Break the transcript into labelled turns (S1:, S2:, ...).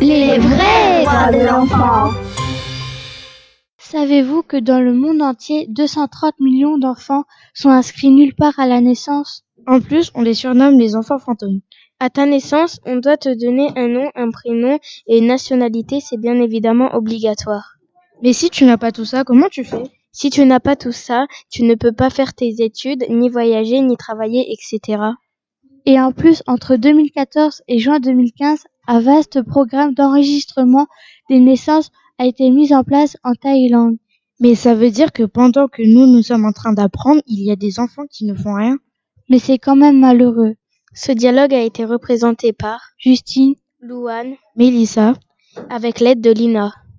S1: Les vrais droits de l'enfant.
S2: Savez-vous que dans le monde entier, 230 millions d'enfants sont inscrits nulle part à la naissance
S3: En plus, on les surnomme les enfants fantômes.
S4: À ta naissance, on doit te donner un nom, un prénom et une nationalité, c'est bien évidemment obligatoire.
S3: Mais si tu n'as pas tout ça, comment tu fais
S4: Si tu n'as pas tout ça, tu ne peux pas faire tes études, ni voyager, ni travailler, etc.
S2: Et en plus, entre 2014 et juin 2015, un vaste programme d'enregistrement des naissances a été mis en place en Thaïlande.
S3: Mais ça veut dire que pendant que nous, nous sommes en train d'apprendre, il y a des enfants qui ne font rien.
S2: Mais c'est quand même malheureux.
S4: Ce dialogue a été représenté par
S2: Justine,
S4: Louane,
S3: Mélissa,
S4: avec l'aide de Lina.